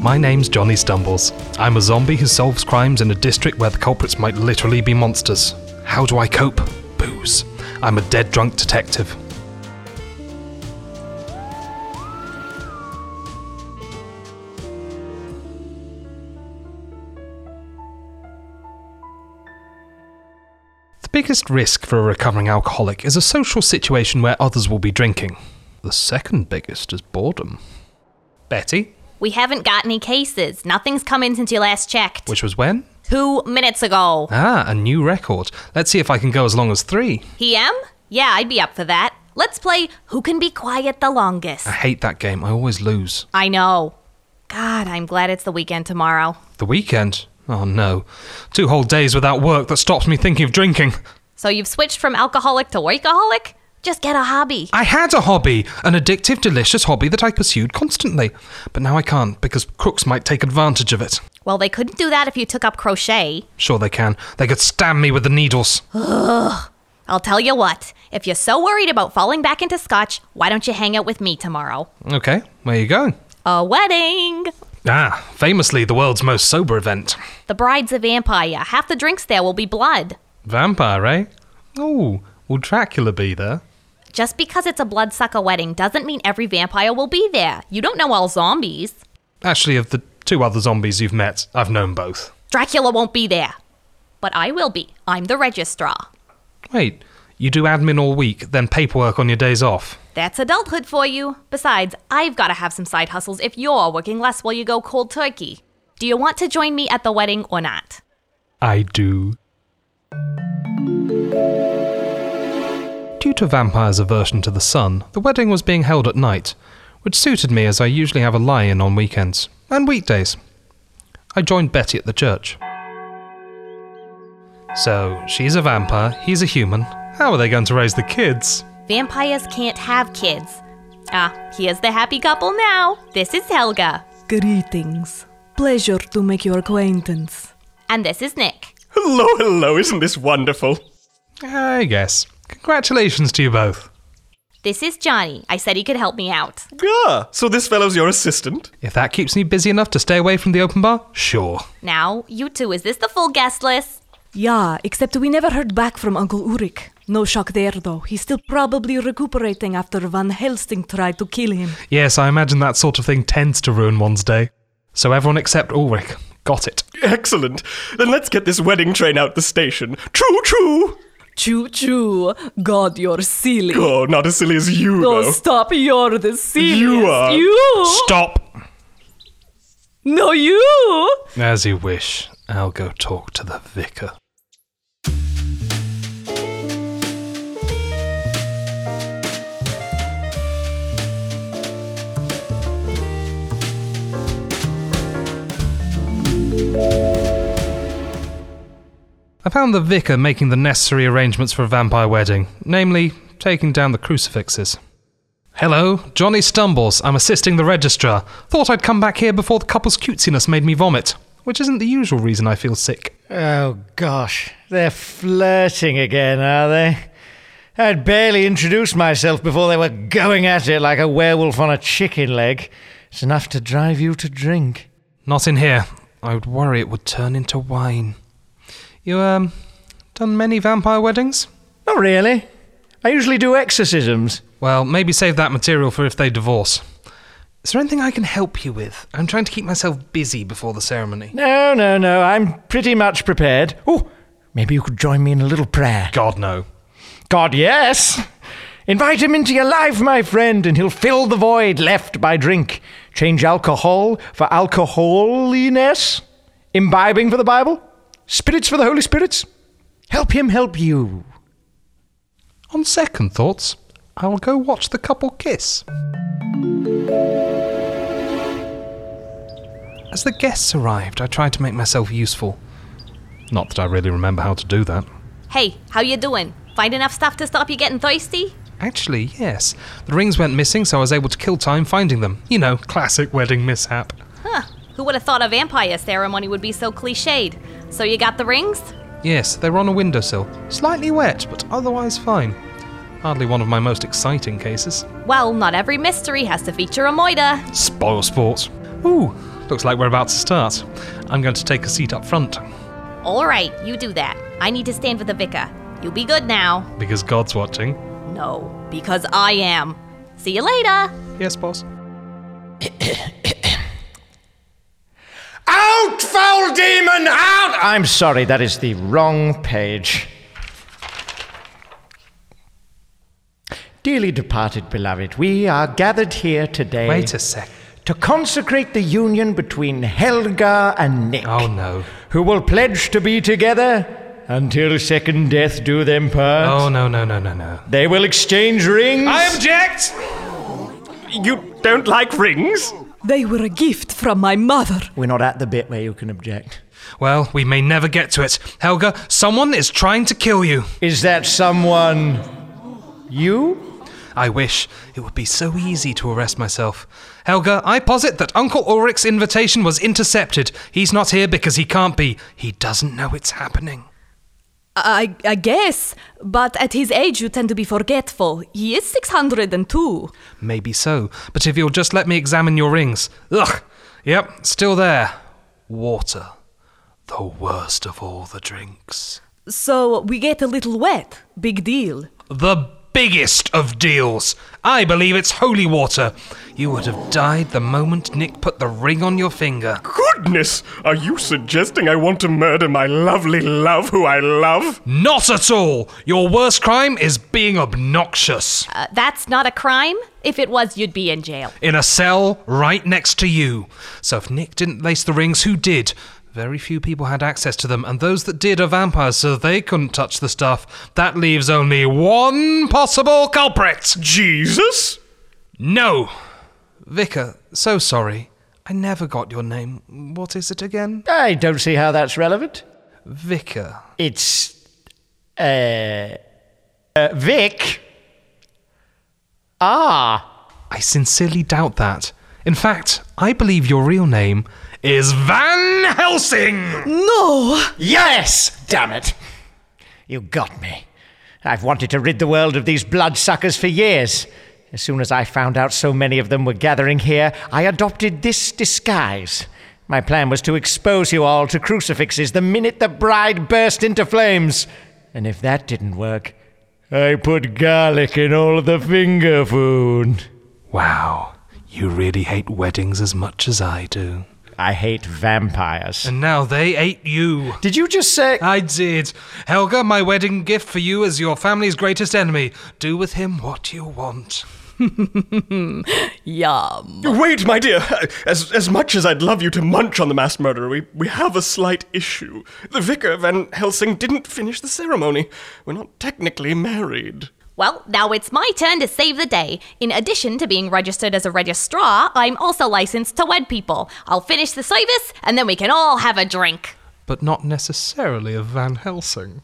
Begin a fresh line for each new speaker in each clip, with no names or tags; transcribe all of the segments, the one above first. My name's Johnny Stumbles. I'm a zombie who solves crimes in a district where the culprits might literally be monsters. How do I cope? Booze. I'm a dead drunk detective. The biggest risk for a recovering alcoholic is a social situation where others will be drinking. The second biggest is boredom. Betty,
We haven't got any cases. Nothing's come in since you last checked.
which was when?
Two minutes ago.
Ah, a new record. Let's see if I can go as long as three.
PM? Yeah, I'd be up for that. Let's play Who Can Be Quiet the Longest.
I hate that game. I always lose.
I know. God, I'm glad it's the weekend tomorrow.
The weekend? Oh no. Two whole days without work that stops me thinking of drinking.
So you've switched from alcoholic to workaholic? Just get a hobby.
I had a hobby, an addictive, delicious hobby that I pursued constantly. But now I can't because crooks might take advantage of it.
Well, they couldn't do that if you took up crochet.
Sure, they can. They could stab me with the needles.
I'll tell you what, if you're so worried about falling back into scotch, why don't you hang out with me tomorrow?
Okay, where you going?
A wedding!
Ah, famously the world's most sober event.
The bride's a vampire. Half the drinks there will be blood.
Vampire, eh? Ooh, will Dracula be there?
Just because it's a bloodsucker wedding doesn't mean every vampire will be there. You don't know all zombies.
Actually, of the two other zombies you've met, I've known both.
Dracula won't be there. But I will be. I'm the registrar.
Wait, you do admin all week, then paperwork on your days off.
That's adulthood for you. Besides, I've got to have some side hustles if you're working less while you go cold turkey. Do you want to join me at the wedding or not?
I do. Due to vampires' aversion to the sun, the wedding was being held at night, which suited me as I usually have a lie in on weekends and weekdays. I joined Betty at the church. So, she's a vampire, he's a human. How are they going to raise the kids?
Vampires can't have kids. Ah, here's the happy couple now. This is Helga.
Greetings. Pleasure to make your acquaintance.
And this is Nick.
Hello, hello, isn't this wonderful?
I guess. Congratulations to you both.
This is Johnny. I said he could help me out.
Ah, so this fellow's your assistant?
If that keeps me busy enough to stay away from the open bar, sure.
Now, you two, is this the full guest list?
Yeah, except we never heard back from Uncle Ulrich. No shock there, though. He's still probably recuperating after Van Helsing tried to kill him.
Yes, I imagine that sort of thing tends to ruin one's day. So everyone except Ulrich got it.
Excellent. Then let's get this wedding train out the station. True, true.
Choo choo. God, you're silly.
Oh, not as silly as you,
Oh,
though.
stop. You're the silliest.
are.
You.
Stop!
No, you.
As you wish, I'll go talk to the vicar. I found the vicar making the necessary arrangements for a vampire wedding, namely, taking down the crucifixes. Hello, Johnny Stumbles. I'm assisting the registrar. Thought I'd come back here before the couple's cutesiness made me vomit, which isn't the usual reason I feel sick.
Oh gosh, they're flirting again, are they? I'd barely introduced myself before they were going at it like a werewolf on a chicken leg. It's enough to drive you to drink.
Not in here. I would worry it would turn into wine. You, um, done many vampire weddings?
Not really. I usually do exorcisms.
Well, maybe save that material for if they divorce. Is there anything I can help you with? I'm trying to keep myself busy before the ceremony.
No, no, no, I'm pretty much prepared. Oh, maybe you could join me in a little prayer.
God, no.
God, yes! Invite him into your life, my friend, and he'll fill the void left by drink. Change alcohol for alcoholiness. Imbibing for the Bible. Spirits for the Holy Spirits. Help him help you.
On second thoughts, I'll go watch the couple kiss. As the guests arrived, I tried to make myself useful. Not that I really remember how to do that.
Hey, how you doing? Find enough stuff to stop you getting thirsty?
Actually, yes. The rings went missing, so I was able to kill time finding them. You know, classic wedding mishap.
Huh. Who would have thought a vampire ceremony would be so cliched? So you got the rings?
Yes, they were on a windowsill. Slightly wet, but otherwise fine. Hardly one of my most exciting cases.
Well, not every mystery has to feature a moida.
Spoil sports. Ooh, Looks like we're about to start. I'm going to take a seat up front,
All right, you do that. I need to stand with the vicar. You be good now.
because God's watching.
No, because I am. See you later.
Yes, boss.
Out, foul demon, out! I'm sorry, that is the wrong page. Dearly departed beloved, we are gathered here today
Wait a sec.
to consecrate the union between Helga and Nick,
Oh no.
who will pledge to be together until second death do them part.
Oh no no no no no.
They will exchange rings.
object.
You don't like rings?
They were a gift from my mother.
We're not at the bit where you can object.
Well, we may never get to it. Helga, someone is trying to kill you.
Is that someone you?
I wish it would be so easy to arrest myself. Helga, I posit that Uncle Ulrich's invitation was intercepted. He's not here because he can't be. He doesn't know it's happening.
I, I guess, but at his age you tend to be forgetful. He is 602.
Maybe so, but if you'll just let me examine your rings. Ugh! Yep, still there. Water. The worst of all the drinks.
So we get a little wet. Big deal.
The biggest of deals. I believe it's holy water. You would have died the moment Nick put the ring on your finger.
Goodness! Are you suggesting I want to murder my lovely love who I love?
Not at all! Your worst crime is being obnoxious.
Uh, that's not a crime. If it was, you'd be in jail.
in a cell right next to you. So if Nick didn't lace the rings, who did? Very few people had access to them, and those that did are vampires, so they couldn't touch the stuff. That leaves only one possible culprit.
Jesus?
No! Vicar, so sorry. I never got your name. What is it again?
I don't see how that's relevant.
Vicar.
It's. Uh, uh, Vic. Ah.
I sincerely doubt that. In fact, I believe your real name is Van Helsing!
No!
Yes! Damn it. You got me. I've wanted to rid the world of these bloodsuckers for years. As soon as I found out so many of them were gathering here, I adopted this disguise. My plan was to expose you all to crucifixes the minute the bride burst into flames. And if that didn't work, I put garlic in all of the finger food.
Wow, you really hate weddings as much as I do.
I hate vampires.
And now they ate you.
Did you just say?
I did. Helga, my wedding gift for you is your family's greatest enemy. Do with him what you want.
Yum.
Wait, my dear. As, as much as I'd love you to munch on the mass murderer, we, we have a slight issue. The vicar, Van Helsing, didn't finish the ceremony. We're not technically married.
Well, now it's my turn to save the day. In addition to being registered as a registrar, I'm also licensed to wed people. I'll finish the service, and then we can all have a drink.
But not necessarily of Van Helsing.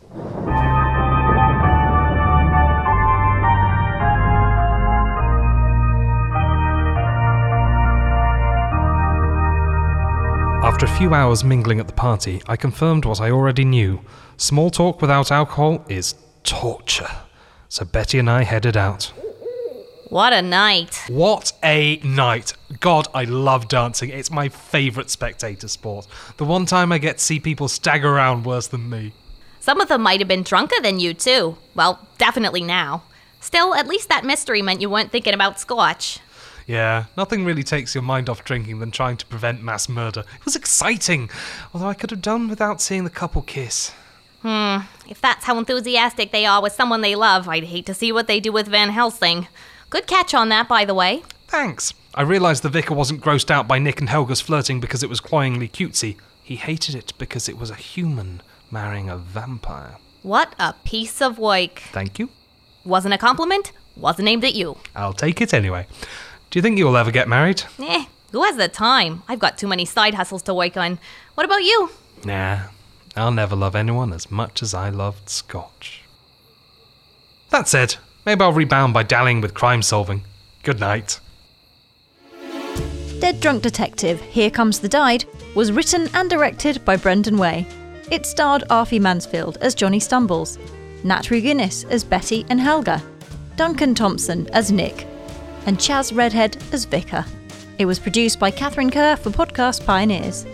After a few hours mingling at the party, I confirmed what I already knew. Small talk without alcohol is torture. So Betty and I headed out.
What a night.
What a night. God, I love dancing. It's my favourite spectator sport. The one time I get to see people stagger around worse than me.
Some of them might have been drunker than you, too. Well, definitely now. Still, at least that mystery meant you weren't thinking about Scotch.
Yeah, nothing really takes your mind off drinking than trying to prevent mass murder. It was exciting, although I could have done without seeing the couple kiss.
If that's how enthusiastic they are with someone they love, I'd hate to see what they do with Van Helsing. Good catch on that, by the way.
Thanks. I realised the vicar wasn't grossed out by Nick and Helga's flirting because it was cloyingly cutesy. He hated it because it was a human marrying a vampire.
What a piece of work.
Thank you.
Wasn't a compliment, wasn't aimed at you.
I'll take it anyway. Do you think you'll ever get married?
Eh, who has the time? I've got too many side hustles to work on. What about you?
Nah, I'll never love anyone as much as I loved Scotch. That said, maybe I'll rebound by dallying with crime solving. Good night.
Dead Drunk Detective Here Comes the Died was written and directed by Brendan Way. It starred Arfie Mansfield as Johnny Stumbles, Nat Guinness as Betty and Helga, Duncan Thompson as Nick, and Chaz Redhead as Vicar. It was produced by Catherine Kerr for Podcast Pioneers.